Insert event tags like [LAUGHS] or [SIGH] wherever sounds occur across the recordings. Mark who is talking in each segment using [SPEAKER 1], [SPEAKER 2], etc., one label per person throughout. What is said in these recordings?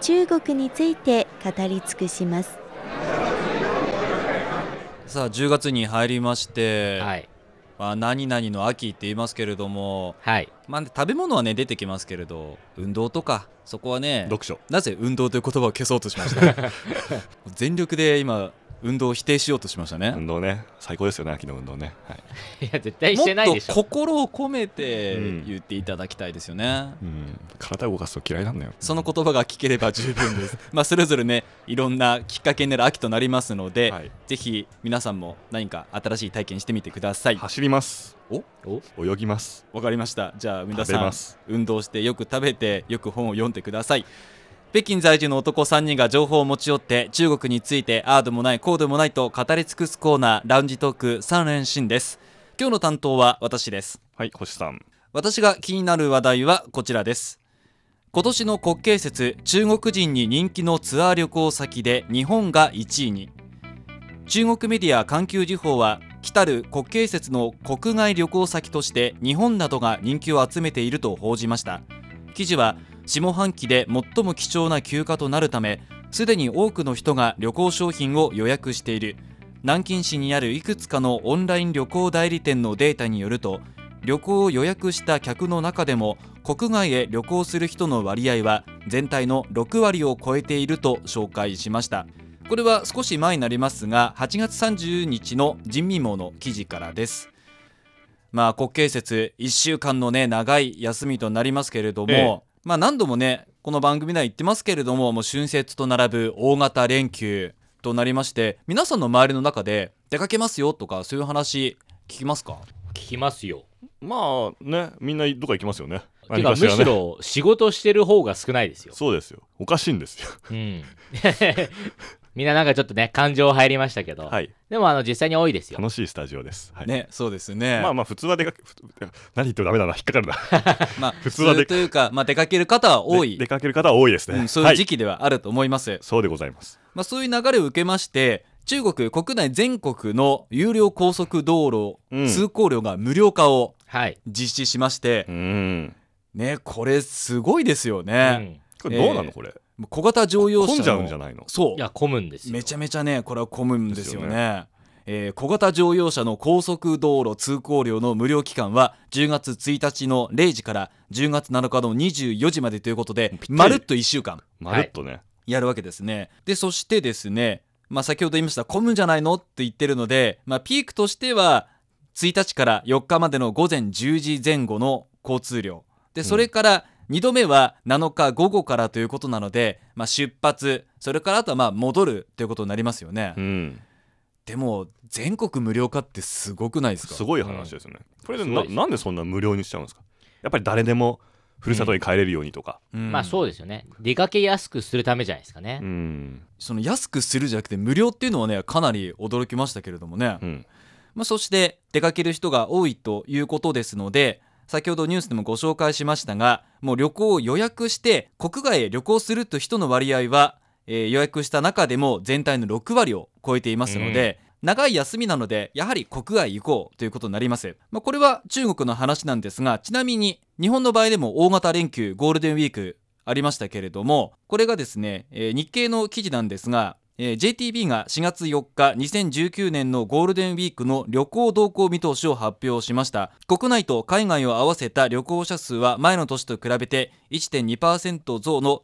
[SPEAKER 1] 中国について語り尽くします。
[SPEAKER 2] さあ10月に入りまして、
[SPEAKER 3] はい。
[SPEAKER 2] まあ、何々の秋って言いますけれども、
[SPEAKER 3] はい。 [LAUGHS]
[SPEAKER 2] まあね、食べ物はね出てきますけれど運動とかそこはね
[SPEAKER 4] 読書
[SPEAKER 2] なぜ運動という言葉を消そうとしました [LAUGHS] 全力で今運動を否定しようとしましたね、
[SPEAKER 4] 運動ね最高ですよね秋の運動ね、はい
[SPEAKER 3] いや、絶対
[SPEAKER 2] も
[SPEAKER 3] してない
[SPEAKER 2] っ
[SPEAKER 3] でし
[SPEAKER 2] と
[SPEAKER 3] ょ。
[SPEAKER 2] 心を込めて
[SPEAKER 4] うん
[SPEAKER 2] 言っていただきたいですよね、
[SPEAKER 4] うん、体を動かすと嫌いなんだよ
[SPEAKER 2] その言葉が聞ければ十分 [LAUGHS] ですまあそれぞれねいろんなきっかけになる秋となりますので、
[SPEAKER 4] はい
[SPEAKER 2] ぜひ皆さんも何か新しい体験してみてください
[SPEAKER 4] 走ります
[SPEAKER 3] お
[SPEAKER 4] 泳ぎます
[SPEAKER 2] わかりましたじゃあ皆
[SPEAKER 4] 食
[SPEAKER 2] さ
[SPEAKER 4] べ
[SPEAKER 2] ん
[SPEAKER 4] ます
[SPEAKER 2] 運動してよく食べてよく本を読んでください北京在住の男3人が情報を持ち寄って中国についてああでもないこうでもないと語り尽くすコーナーラウンジトーク3連新です今日の担当は私です
[SPEAKER 4] はい星さん
[SPEAKER 2] 私が気になる話題はこちらです今年の国慶節中国人に人気のツアー旅行先で日本が1位に中国メディア環球時報は来たる国慶節の国外旅行先として日本などが人気を集めていると報じました記事は下半期で最も貴重な休暇となるためすでに多くの人が旅行商品を予約している南京市にあるいくつかのオンライン旅行代理店のデータによると旅行を予約した客の中でも国外へ旅行する人の割合は全体の6割を超えていると紹介しましたこれは少し前になりますが8月30日の人民網の記事からですまあ国慶節1週間のね長い休みとなりますけれども、
[SPEAKER 4] え
[SPEAKER 2] まあ何度もねこの番組では言ってますけれどももう春節と並ぶ大型連休となりまして皆さんの周りの中で出かけますよとかそういう話聞きますか
[SPEAKER 3] 聞きますよ。
[SPEAKER 4] まあねみんなどっか行きますよね
[SPEAKER 3] て
[SPEAKER 4] 何
[SPEAKER 3] か、む
[SPEAKER 4] かしらね
[SPEAKER 3] しろ仕事してる方が少ないですよ。
[SPEAKER 4] そうですよおかしいんですよ
[SPEAKER 3] うん。 [LAUGHS] みんななんかちょっとね、感情入りましたけど。
[SPEAKER 4] はい
[SPEAKER 3] でも、あの、実際に多いですよ。
[SPEAKER 4] 楽しいスタジオです、はい
[SPEAKER 2] ねそうですね
[SPEAKER 4] まあまあ普通は出かけふつ何言ってもダメだな引っかかるな
[SPEAKER 2] まあ、普
[SPEAKER 4] 普
[SPEAKER 2] 通
[SPEAKER 4] 通はで
[SPEAKER 2] というか、まあ、出かける方は多
[SPEAKER 4] で
[SPEAKER 2] い
[SPEAKER 4] 出、かける方は多いですね、
[SPEAKER 2] うん、そういう
[SPEAKER 4] は
[SPEAKER 2] 時期ではあると思います、
[SPEAKER 4] そうでございます
[SPEAKER 2] まあ、そういう流れを受けまして中国国内全国の有料高速道路、
[SPEAKER 4] うん
[SPEAKER 2] 通行料が無料化を
[SPEAKER 3] はい。
[SPEAKER 2] 実施しまして
[SPEAKER 4] う、ん
[SPEAKER 2] ねこれすごいですよ
[SPEAKER 3] う
[SPEAKER 2] ね、
[SPEAKER 3] ん。
[SPEAKER 4] これどうな
[SPEAKER 2] えー
[SPEAKER 4] のこれ、
[SPEAKER 2] もう小型乗用車の
[SPEAKER 4] 混んじゃうんじゃないの
[SPEAKER 2] そう
[SPEAKER 3] いや、混むんですよ。
[SPEAKER 2] めちゃめちゃねこれは混むんですよね
[SPEAKER 4] です
[SPEAKER 2] えー小型乗用車の高速道路通行料の無料期間は10月1日の0時から10月7日の24時までということで
[SPEAKER 4] ぴったり
[SPEAKER 2] まるっと1週間
[SPEAKER 4] まるっとね、
[SPEAKER 2] やるわけですねでそしてですね、まあ、先ほど言いました混むんじゃないのって言ってるので、まあ、ピークとしては1日から4日までの午前10時前後の交通量でそれから2度目は7日午後からということなので、まあ、出発それからあとはまあ戻るということになりますよね、
[SPEAKER 4] うん
[SPEAKER 2] でも全国無料化ってすごくないですか
[SPEAKER 4] すごい話ですよね、これです
[SPEAKER 3] ごい
[SPEAKER 4] な
[SPEAKER 3] です
[SPEAKER 4] なんでそんな無料にしちゃうんですかやっぱり誰でもふるさとに帰れるようにとか、
[SPEAKER 2] うん
[SPEAKER 3] まあ、そうですよね。出かけやすくするためじゃないですかね。
[SPEAKER 4] うん
[SPEAKER 2] その安くするじゃなくて無料っていうのはねかなり驚きましたけれどもね、
[SPEAKER 4] うん
[SPEAKER 2] まあ、そして出かける人が多いということですので先ほどニュースでもご紹介しましたがもう旅行を予約して国外へ旅行するという人の割合は、えー予約した中でも全体の6割を超えていますので、長い休みなのでやはり国外行こうということになります、まあ、これは中国の話なんですがちなみに日本の場合でも大型連休ゴールデンウィークありましたけれどもこれがですね、えー日経の記事なんですが、えー JTB が4月4日2019年のゴールデンウィークの旅行動向見通しを発表しました国内と海外を合わせた旅行者数は前の年と比べて1.2%増の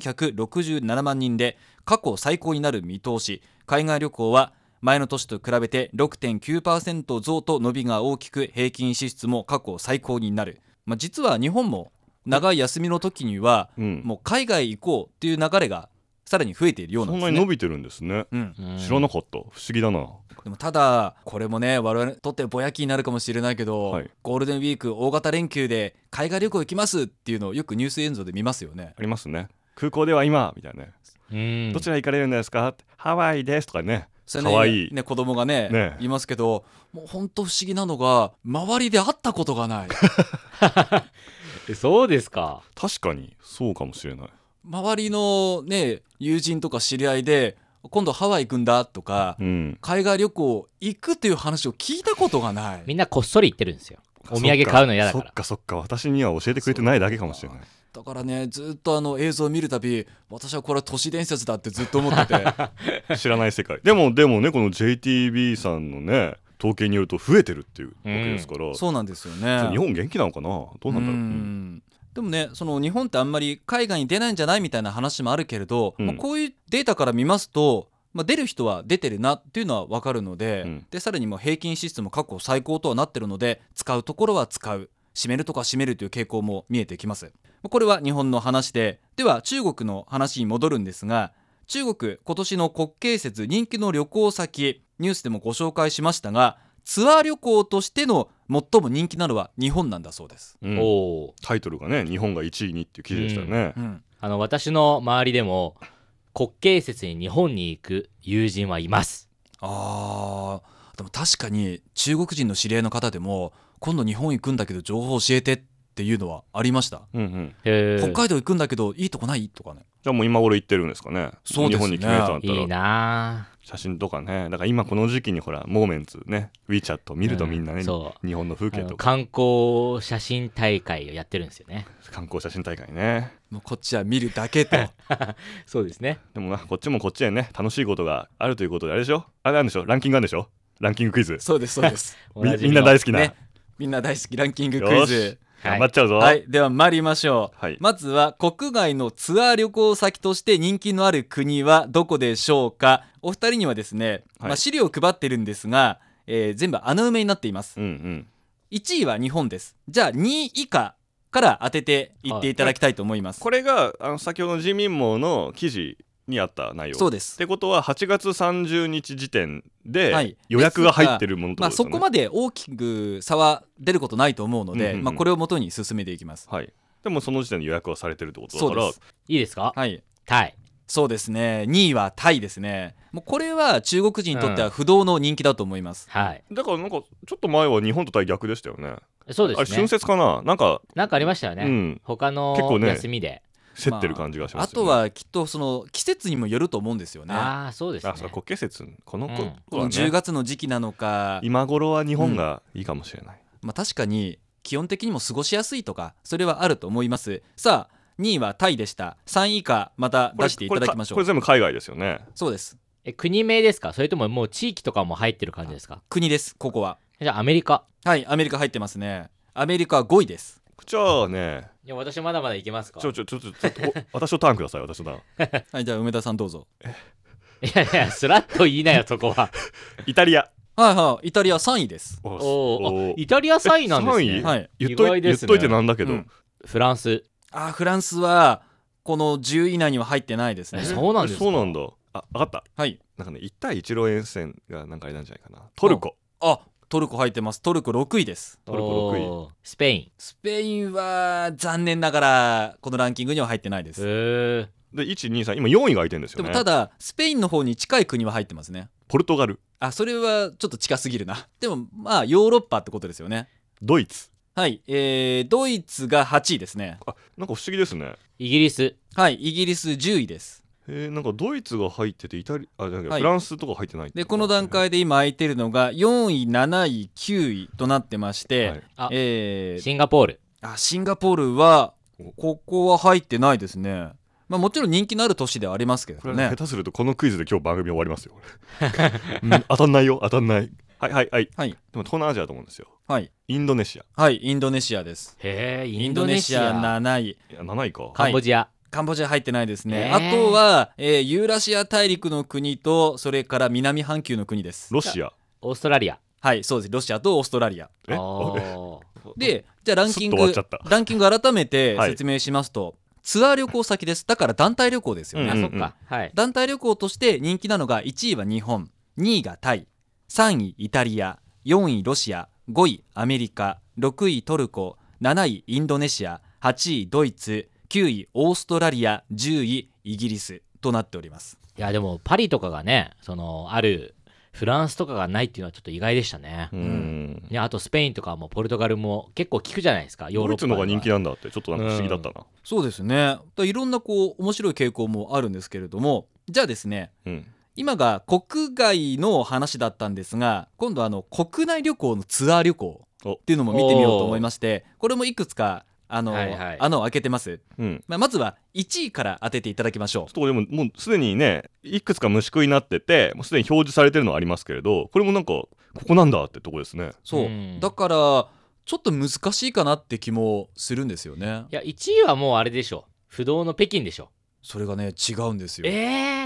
[SPEAKER 2] 2467万人で過去最高になる見通し海外旅行は前の年と比べて6.9%増と伸びが大きく平均支出も過去最高になる、まあ、実は日本も長い休みの時には
[SPEAKER 4] うん
[SPEAKER 2] もう海外行こうっていう流れがさらに増えているようなん
[SPEAKER 4] そん
[SPEAKER 2] です
[SPEAKER 4] なに伸
[SPEAKER 2] ね。
[SPEAKER 4] びてるんですね、
[SPEAKER 2] うん、
[SPEAKER 3] うん
[SPEAKER 4] 知らなかった不思議だな
[SPEAKER 2] でもただこれもね我々にとってぼやきになるかもしれないけど、
[SPEAKER 4] はい
[SPEAKER 2] ゴールデンウィーク大型連休で海外旅行行きますっていうのをよくニュース映像で見ますよね
[SPEAKER 4] ありますね空港では今みたいなね、
[SPEAKER 3] うん
[SPEAKER 4] どちら行かれるんですかってハワイですとかね
[SPEAKER 2] それね
[SPEAKER 4] かわいい
[SPEAKER 2] ね子供がね
[SPEAKER 4] ね
[SPEAKER 2] いますけどもう本当不思議なのが周りで会ったことがない
[SPEAKER 4] [LAUGHS]
[SPEAKER 3] えそうですか
[SPEAKER 4] 確かにそうかもしれない
[SPEAKER 2] 周りのね友人とか知り合いで今度ハワイ行くんだとか、
[SPEAKER 4] うん
[SPEAKER 2] 海外旅行行くという話を聞いたことがない
[SPEAKER 3] みんなこっそり行ってるんですよお土産買うの嫌だか
[SPEAKER 4] そっ
[SPEAKER 3] ら
[SPEAKER 4] かそっか私には教えてくれてないだけかもしれない
[SPEAKER 2] だからねずっとあの映像を見るたび私はこれは都市伝説だってずっと思ってて
[SPEAKER 4] 知らない世界でもでもねこの JTB さんのね統計によると増えてるっていうわけですから、
[SPEAKER 2] そうなんですよね
[SPEAKER 4] 日本元気なのかなどうなんだろう、
[SPEAKER 2] う
[SPEAKER 4] うん
[SPEAKER 2] んでもねその日本ってあんまり海外に出ないんじゃないみたいな話もあるけれど、
[SPEAKER 4] うん
[SPEAKER 2] まあこういうデータから見ますと、まあ、出る人は出てるなっていうのは分かるので,、
[SPEAKER 4] うん
[SPEAKER 2] でさらにもう平均支出も過去最高とはなってるので使うところは使う締めるとか締めるという傾向も見えてきますまあこれは日本の話ででは中国の話に戻るんですが中国今年の国慶節人気の旅行先ニュースでもご紹介しましたがツアー旅行としての最も人気なのは日本なんだそうです。
[SPEAKER 4] うん
[SPEAKER 3] おお
[SPEAKER 4] タイトルがね日本が1位にっていう記事でしたよね、
[SPEAKER 2] うん
[SPEAKER 3] あの私の周りでも国慶節に日本に行く友人はいます
[SPEAKER 2] あーでも確かに中国人の知り合いの方でも今度日本行くんだけど情報教えてっていうのはありました、
[SPEAKER 4] うんうん
[SPEAKER 3] へ
[SPEAKER 2] 北
[SPEAKER 3] ー
[SPEAKER 2] 海道行くんだけどいいとこないとかね
[SPEAKER 4] じゃあもう今頃行ってるんですかね
[SPEAKER 2] そうですね
[SPEAKER 4] 日本に決めたんだったら
[SPEAKER 3] いいなあ
[SPEAKER 4] 写真とかねだから今この時期にほらモーメンツね WeChat 見るとみんなね、
[SPEAKER 3] うんそう
[SPEAKER 4] 日本の風景
[SPEAKER 3] あ
[SPEAKER 4] と
[SPEAKER 3] の
[SPEAKER 4] か
[SPEAKER 3] 観光写真大会をやってるんですよね
[SPEAKER 4] 観光写真大会ね
[SPEAKER 2] もうこっちは見るだけと
[SPEAKER 3] そうですね
[SPEAKER 4] でもなこっちもこっちでね楽しいことがあるということであれでしょあれなんでしょランキングがあるんでしょランキングクイズ
[SPEAKER 2] [LAUGHS] そうですそうです
[SPEAKER 4] みみんな大
[SPEAKER 3] 好
[SPEAKER 4] 好きな、
[SPEAKER 2] ね [LAUGHS] みんな大好きランキングクイ
[SPEAKER 4] よし
[SPEAKER 2] ズ
[SPEAKER 4] 頑張っちゃうぞ
[SPEAKER 2] はいでは参りましょう、
[SPEAKER 4] はい
[SPEAKER 2] まずは国外のツアー旅行先として人気のある国はどこでしょうかお二人にはですね、
[SPEAKER 4] はい
[SPEAKER 2] まあ、資料を配ってるんですが、えー全部穴埋めになっています
[SPEAKER 4] うんうん
[SPEAKER 2] 1位は日本ですじゃあ2位以下から当てていっていただきたいと思います、
[SPEAKER 4] これがあの先ほどの人民網の記事にあった内容
[SPEAKER 2] そう
[SPEAKER 4] で
[SPEAKER 2] です
[SPEAKER 4] ってことは8月30日時点
[SPEAKER 2] は
[SPEAKER 4] で
[SPEAKER 2] い
[SPEAKER 4] 予約が入ってるものって
[SPEAKER 2] ま
[SPEAKER 4] こ
[SPEAKER 2] あ、
[SPEAKER 4] とです
[SPEAKER 2] そ
[SPEAKER 4] よね、
[SPEAKER 2] こまで大きく差は出ることないと思うので、
[SPEAKER 4] うんうんうん
[SPEAKER 2] まあ、これを元に進めていきます
[SPEAKER 4] はいでもその時点で予約はされてるってこと
[SPEAKER 2] そ
[SPEAKER 4] だか
[SPEAKER 2] う
[SPEAKER 4] ら
[SPEAKER 2] です
[SPEAKER 3] いいですか
[SPEAKER 2] はい
[SPEAKER 3] タイ
[SPEAKER 2] そうですね2位はタイですねもうこれは中国人にとっては不動の人気だと思います、
[SPEAKER 3] はい
[SPEAKER 4] だからなんかちょっと前は日本と対逆でしたよね
[SPEAKER 3] そうで
[SPEAKER 4] あれ
[SPEAKER 3] すね
[SPEAKER 4] 春節かななんか、
[SPEAKER 3] なんかありましたよね、
[SPEAKER 4] うん
[SPEAKER 3] 他
[SPEAKER 4] 結
[SPEAKER 3] の
[SPEAKER 4] 構ね
[SPEAKER 3] 休みで、
[SPEAKER 4] 競ってる感じがしま
[SPEAKER 2] あ
[SPEAKER 4] す
[SPEAKER 2] と
[SPEAKER 4] よね、
[SPEAKER 2] はきっとその季節にもよると思うんですよね
[SPEAKER 3] ああそうですね
[SPEAKER 4] あそう国慶節この
[SPEAKER 3] うん
[SPEAKER 4] 頃
[SPEAKER 2] この
[SPEAKER 4] は
[SPEAKER 2] 10
[SPEAKER 4] ね、
[SPEAKER 2] 月の時期なのか、
[SPEAKER 4] 今頃は日本がいいかもしれない、
[SPEAKER 2] まあ、確かに基本的にも過ごしやすいとかそれはあると思いますさあ2位はタイでした3位以下また
[SPEAKER 4] これ
[SPEAKER 2] 出していただきましょ
[SPEAKER 4] これ
[SPEAKER 2] う
[SPEAKER 4] かこれ全部海外ですよね
[SPEAKER 2] そうです
[SPEAKER 3] え国名ですかそれとももう地域とかも入ってる感じですか
[SPEAKER 2] 国ですここは
[SPEAKER 3] じゃあアメリカ
[SPEAKER 2] はいアメリカ入ってますねアメリカは5位です
[SPEAKER 4] じゃあね
[SPEAKER 3] いや私まだまだ行けますか
[SPEAKER 4] ちょちょちょちょちょっとお [LAUGHS] 私のターンください私のターン
[SPEAKER 2] はいじゃあ梅田さんどうぞ
[SPEAKER 3] いやいやスラッと言いな
[SPEAKER 4] [LAUGHS]
[SPEAKER 3] よそこは
[SPEAKER 4] イタリア
[SPEAKER 2] はいはいイタリア3位です
[SPEAKER 4] お
[SPEAKER 3] おーあ
[SPEAKER 4] ー
[SPEAKER 3] イタリア3位なんです
[SPEAKER 4] え
[SPEAKER 3] ね、
[SPEAKER 4] 三位
[SPEAKER 2] はい
[SPEAKER 4] 言っとい
[SPEAKER 3] 意外
[SPEAKER 4] 言
[SPEAKER 3] で
[SPEAKER 4] っ
[SPEAKER 3] すね
[SPEAKER 4] といてなんだけど、
[SPEAKER 2] うん
[SPEAKER 3] フランス
[SPEAKER 2] あーフランスはこの10位以内には入ってないですね
[SPEAKER 3] えそうなんですか
[SPEAKER 4] そうなんだあ分かった
[SPEAKER 2] はい
[SPEAKER 4] なんかね一対一路沿線がなんかあれなんじゃないかなトルコ
[SPEAKER 2] あトルコ入ってますトルコ6位です
[SPEAKER 4] トルコ六位
[SPEAKER 3] おースペイン
[SPEAKER 2] スペインは残念ながらこのランキングには入ってないです、
[SPEAKER 3] へえ
[SPEAKER 4] で123今4位が空いてるんですよ
[SPEAKER 2] で
[SPEAKER 4] ね
[SPEAKER 2] もただスペインの方に近い国は入ってますね
[SPEAKER 4] ポルトガル
[SPEAKER 2] あそれはちょっと近すぎるなでもまあヨーロッパってことですよね
[SPEAKER 4] ドイツ
[SPEAKER 2] はいえー、ドイツが8位ですね
[SPEAKER 4] あなんか不思議ですね
[SPEAKER 3] イギリス
[SPEAKER 2] はいイギリス10位です
[SPEAKER 4] えー、なんかドイツが入っててイタリアじゃなくて
[SPEAKER 2] はい
[SPEAKER 4] フランスとか入ってないって
[SPEAKER 2] で
[SPEAKER 4] と
[SPEAKER 2] この
[SPEAKER 4] な
[SPEAKER 2] 段
[SPEAKER 4] んすね
[SPEAKER 2] 階で今空いてるのが4位7位9位となってまして、
[SPEAKER 4] はい
[SPEAKER 3] あ
[SPEAKER 2] えー、
[SPEAKER 3] シンガポール
[SPEAKER 2] あシンガポールは
[SPEAKER 4] お
[SPEAKER 2] ここは入ってないですねまあもちろん人気のある都市ではありますけ
[SPEAKER 4] こ
[SPEAKER 2] ど
[SPEAKER 4] れ、
[SPEAKER 2] ね
[SPEAKER 4] 下手するとこのクイズで今日番組終わりますよ、
[SPEAKER 2] [LAUGHS]
[SPEAKER 4] うん当たんないよ当たんないはいはいはい
[SPEAKER 2] はい
[SPEAKER 4] でも東南アジアだと思うんですよ
[SPEAKER 2] はい
[SPEAKER 4] インドネシア
[SPEAKER 2] はいインドネシアです
[SPEAKER 3] へえ
[SPEAKER 2] イ
[SPEAKER 3] イ
[SPEAKER 2] ン
[SPEAKER 3] ン
[SPEAKER 2] ド
[SPEAKER 3] ド
[SPEAKER 2] ネ
[SPEAKER 3] ネ
[SPEAKER 2] シ
[SPEAKER 3] シ
[SPEAKER 2] ア
[SPEAKER 3] ア
[SPEAKER 2] 7位
[SPEAKER 4] いや7位か
[SPEAKER 2] はい
[SPEAKER 3] カンボジア、
[SPEAKER 2] カンボジア入ってないですね、
[SPEAKER 3] えー
[SPEAKER 2] あとは、えーユーラシア大陸の国とそれから南半球の国です
[SPEAKER 4] ロシア
[SPEAKER 3] オーストラリア
[SPEAKER 2] はいそうですロシアとオーストラリア
[SPEAKER 4] え
[SPEAKER 3] お
[SPEAKER 4] あ
[SPEAKER 3] ー
[SPEAKER 2] でじゃあランキング
[SPEAKER 4] スッと終わっちゃった
[SPEAKER 2] ランキング改めて
[SPEAKER 4] はい
[SPEAKER 2] 説明しますと、ツアー旅行先ですだから団体旅行ですよね、
[SPEAKER 4] うん
[SPEAKER 3] あそっかはい
[SPEAKER 2] 団体旅行として人気なのが1位は日本2位がタイ3位イタリア4位ロシア5位アメリカ6位トルコ7位インドネシア8位ドイツ9位オーストラリア10位イギリスとなっております
[SPEAKER 3] いやでもパリとかがねそのあるフランスとかがないっていうのはちょっと意外でしたね、
[SPEAKER 4] う
[SPEAKER 3] ね
[SPEAKER 4] ん
[SPEAKER 3] あとスペインとかもポルトガルも結構聞くじゃないですかヨー
[SPEAKER 4] ド
[SPEAKER 3] ロッ
[SPEAKER 4] イ
[SPEAKER 3] パ
[SPEAKER 4] ツの方が人気
[SPEAKER 3] だ
[SPEAKER 4] なんだってちょっとなんか不思議だったな
[SPEAKER 2] そうですねだからいろんなこう面白い傾向もあるんですけれどもじゃあですね
[SPEAKER 4] うん
[SPEAKER 2] 今が国外の話だったんですが今度はあの国内旅行のツアー旅行っていうのも見てみようと思いましてこれもいくつかあの、
[SPEAKER 3] はいはい
[SPEAKER 2] 穴を開けてます、
[SPEAKER 4] うん
[SPEAKER 2] まあ、まずは1位から当てていただきましょ
[SPEAKER 4] ちょっとでももうすでにねいくつか虫食いになっててもうすでに表示されてるのはありますけれどこれもなんかここなんだってとこですね
[SPEAKER 2] うそう、
[SPEAKER 3] うん
[SPEAKER 2] だからちょっと難しいかなって気もするんですよね
[SPEAKER 3] いや1位はもうあれでしょ不動の北京でしょ
[SPEAKER 2] それがね違うんですよ
[SPEAKER 3] え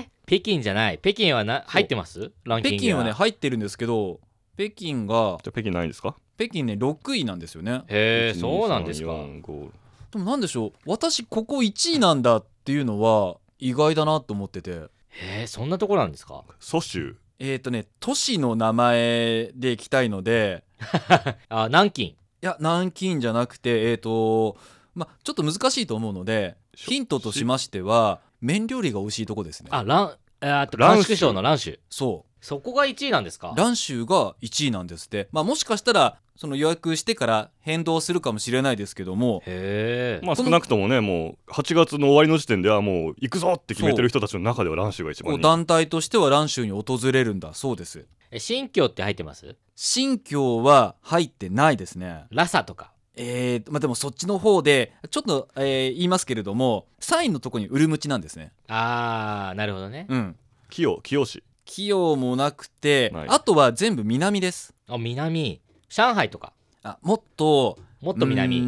[SPEAKER 3] ー、北京じゃない北京はな入ってますランキン
[SPEAKER 2] 北
[SPEAKER 3] グ
[SPEAKER 2] 京はね入ってるんですけど北京が
[SPEAKER 4] じゃあ北京ないんですか
[SPEAKER 2] 北京ね6位なんですよね
[SPEAKER 3] へえそうなんですか
[SPEAKER 4] 1 2 3 4
[SPEAKER 2] でもなんでしょう私ここ1位なんだっていうのは意外だなと思ってて
[SPEAKER 3] へえそんなとこなんですか
[SPEAKER 4] 蘇州
[SPEAKER 2] えっ、とね都市の名前で行きたいので
[SPEAKER 3] あ南京
[SPEAKER 2] いや南京じゃなくてえっ、とまあちょっと難しいと思うので
[SPEAKER 4] し
[SPEAKER 2] ヒントとしましては麺料理が美味しいとこですね
[SPEAKER 3] あ蘭あと
[SPEAKER 4] 蘭州
[SPEAKER 3] 蘭州省の蘭州
[SPEAKER 2] そ
[SPEAKER 3] そこが1位なんですか
[SPEAKER 2] う蘭州が1位なんですって、まあ、もしかしたらその予約してから変動するかもしれないですけども
[SPEAKER 3] へえ、
[SPEAKER 4] まあ
[SPEAKER 2] こ
[SPEAKER 4] 少
[SPEAKER 2] の
[SPEAKER 4] なくともねもう8月の終わりの時点ではもう行くぞって決めてる人たちの中では蘭州が一
[SPEAKER 2] こ
[SPEAKER 4] 番
[SPEAKER 2] う
[SPEAKER 4] 人気
[SPEAKER 2] 団体としては蘭州に訪れるんだそうです
[SPEAKER 3] え新疆って入ってます
[SPEAKER 2] 新疆は入ってないですね
[SPEAKER 3] ラサとか
[SPEAKER 2] えー、まあでもそっちの方でちょっと、えー言いますけれども3位のとこにウルムチなんですね
[SPEAKER 3] あーなるほどね、
[SPEAKER 2] うん
[SPEAKER 4] 清清市
[SPEAKER 2] 器用もなくて、
[SPEAKER 4] ない
[SPEAKER 2] あとは全部南です
[SPEAKER 3] あ南上海とか
[SPEAKER 2] あもっと
[SPEAKER 3] も
[SPEAKER 2] も
[SPEAKER 3] っと南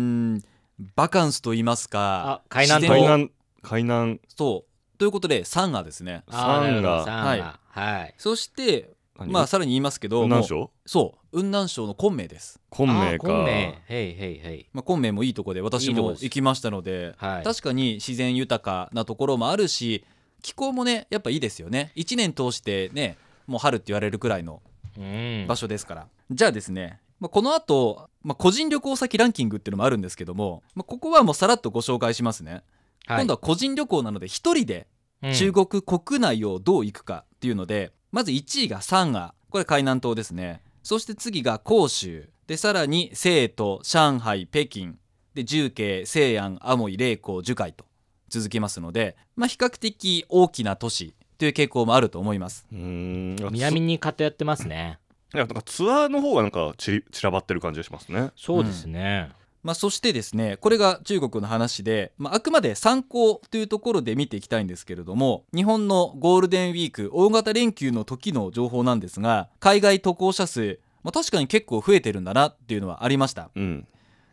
[SPEAKER 2] バカンスと言いますか
[SPEAKER 3] あ海南
[SPEAKER 2] 自
[SPEAKER 4] 海
[SPEAKER 2] 然を
[SPEAKER 4] 南海南
[SPEAKER 2] そうということで3がですね
[SPEAKER 3] あーなるほど
[SPEAKER 4] 山河
[SPEAKER 3] 山河はい
[SPEAKER 2] そして
[SPEAKER 4] 何
[SPEAKER 2] まあさらに言いますけど
[SPEAKER 4] 雲南
[SPEAKER 2] もう
[SPEAKER 4] 省
[SPEAKER 2] そう雲南省の昆明です、
[SPEAKER 4] 昆
[SPEAKER 3] あ
[SPEAKER 4] 明
[SPEAKER 3] ー昆
[SPEAKER 4] か
[SPEAKER 3] 明へいへいへい
[SPEAKER 2] まあ、昆明もいいとこで私
[SPEAKER 3] いいとこ
[SPEAKER 2] も
[SPEAKER 3] です
[SPEAKER 2] 行きましたので
[SPEAKER 3] はい
[SPEAKER 2] 確かに自然豊かなところもあるし気候もねやっぱいいですよね1年通してねもう春って言われるくらいの
[SPEAKER 3] うん
[SPEAKER 2] 場所ですから、じゃあですね、まあ、この後、まあ個人旅行先ランキングっていうのもあるんですけども、まあここはもうさらっとご紹介しますね、
[SPEAKER 3] はい
[SPEAKER 2] 今度は個人旅行なので1人で
[SPEAKER 3] うん
[SPEAKER 2] 中国国内をどう行くかっていうので、まず1位が三亜これ海南島ですねそして次が広州でさらに成都上海北京で重慶西安アモイ麗光樹海と続きますので、まあ、比較的大きな都市という傾向もあると思います
[SPEAKER 4] うーん
[SPEAKER 3] 南に偏ってますね
[SPEAKER 4] いやなんかツアーの方がなんか散り散らばってる感じがしますね
[SPEAKER 3] そうですね、
[SPEAKER 2] まあ、そしてですねこれが中国の話で、まあ、あくまで参考というところで見ていきたいんですけれども日本のゴールデンウィーク大型連休の時の情報なんですが海外渡航者数、まあ、確かに結構増えてるんだなっていうのはありました
[SPEAKER 4] うん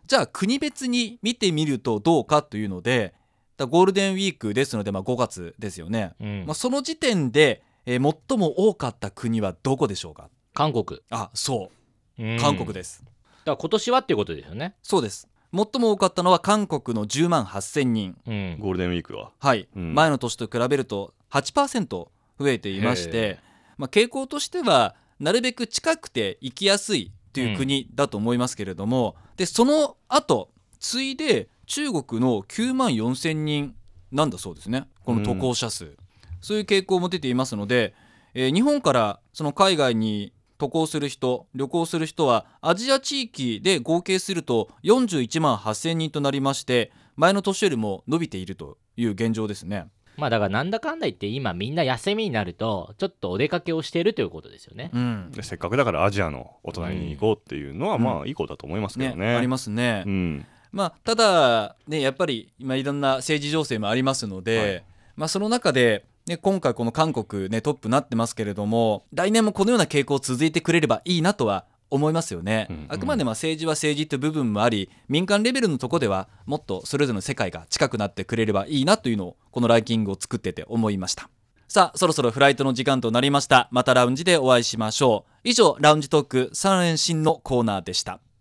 [SPEAKER 2] じゃあ国別に見てみるとどうかというのでだゴールデンウィークですので、まあ、5月ですよね、
[SPEAKER 3] うん
[SPEAKER 2] まあ、その時点で、えー最も多かった国はどこでしょうか
[SPEAKER 3] 韓国、
[SPEAKER 2] あそう
[SPEAKER 3] うん
[SPEAKER 2] 韓国です、
[SPEAKER 3] だから今年はっていうことですよね
[SPEAKER 2] そうです最も多かったのは韓国の10万8000人
[SPEAKER 3] うん
[SPEAKER 4] ゴールデンウィークは
[SPEAKER 2] はい、
[SPEAKER 4] うん
[SPEAKER 2] 前の年と比べると8%増えていまし
[SPEAKER 3] へ
[SPEAKER 2] て、まあ、傾向としてはなるべく近くて行きやすいという国だと思いますけれども、でその後次いで中国の9万4000人なんだそうですねこの渡航者数、そういう傾向も出ていますので、えー日本からその海外に渡航する人旅行する人はアジア地域で合計すると41万8000人となりまして前の年よりも伸びているという現状ですね。
[SPEAKER 3] まあだからなんだかんだ言って今みんな休みになるとちょっとお出かけをしてるということですよね、
[SPEAKER 2] うん
[SPEAKER 4] でせっかくだからアジアのお隣に行こうっていうのは、
[SPEAKER 2] うん
[SPEAKER 4] まあいいことだと思いますけ
[SPEAKER 2] ね
[SPEAKER 4] どね。
[SPEAKER 2] ありますね。
[SPEAKER 4] うん、
[SPEAKER 2] まあ、ただ、ね、やっぱり今いろんな政治情勢もありますので、
[SPEAKER 4] はい
[SPEAKER 2] まあ、その中で、ね、今回この韓国、ね、トップになってますけれども来年もこのような傾向続いてくれればいいなとは思いますよね、
[SPEAKER 4] うんうん
[SPEAKER 2] あくまでまあ政治は政治という部分もあり民間レベルのとこではもっとそれぞれの世界が近くなってくれればいいなというのをこのランキングを作ってて思いましたさあそろそろフライトの時間となりましたまたラウンジでお会いしましょう以上ラウンジトーク3連新のコーナーでした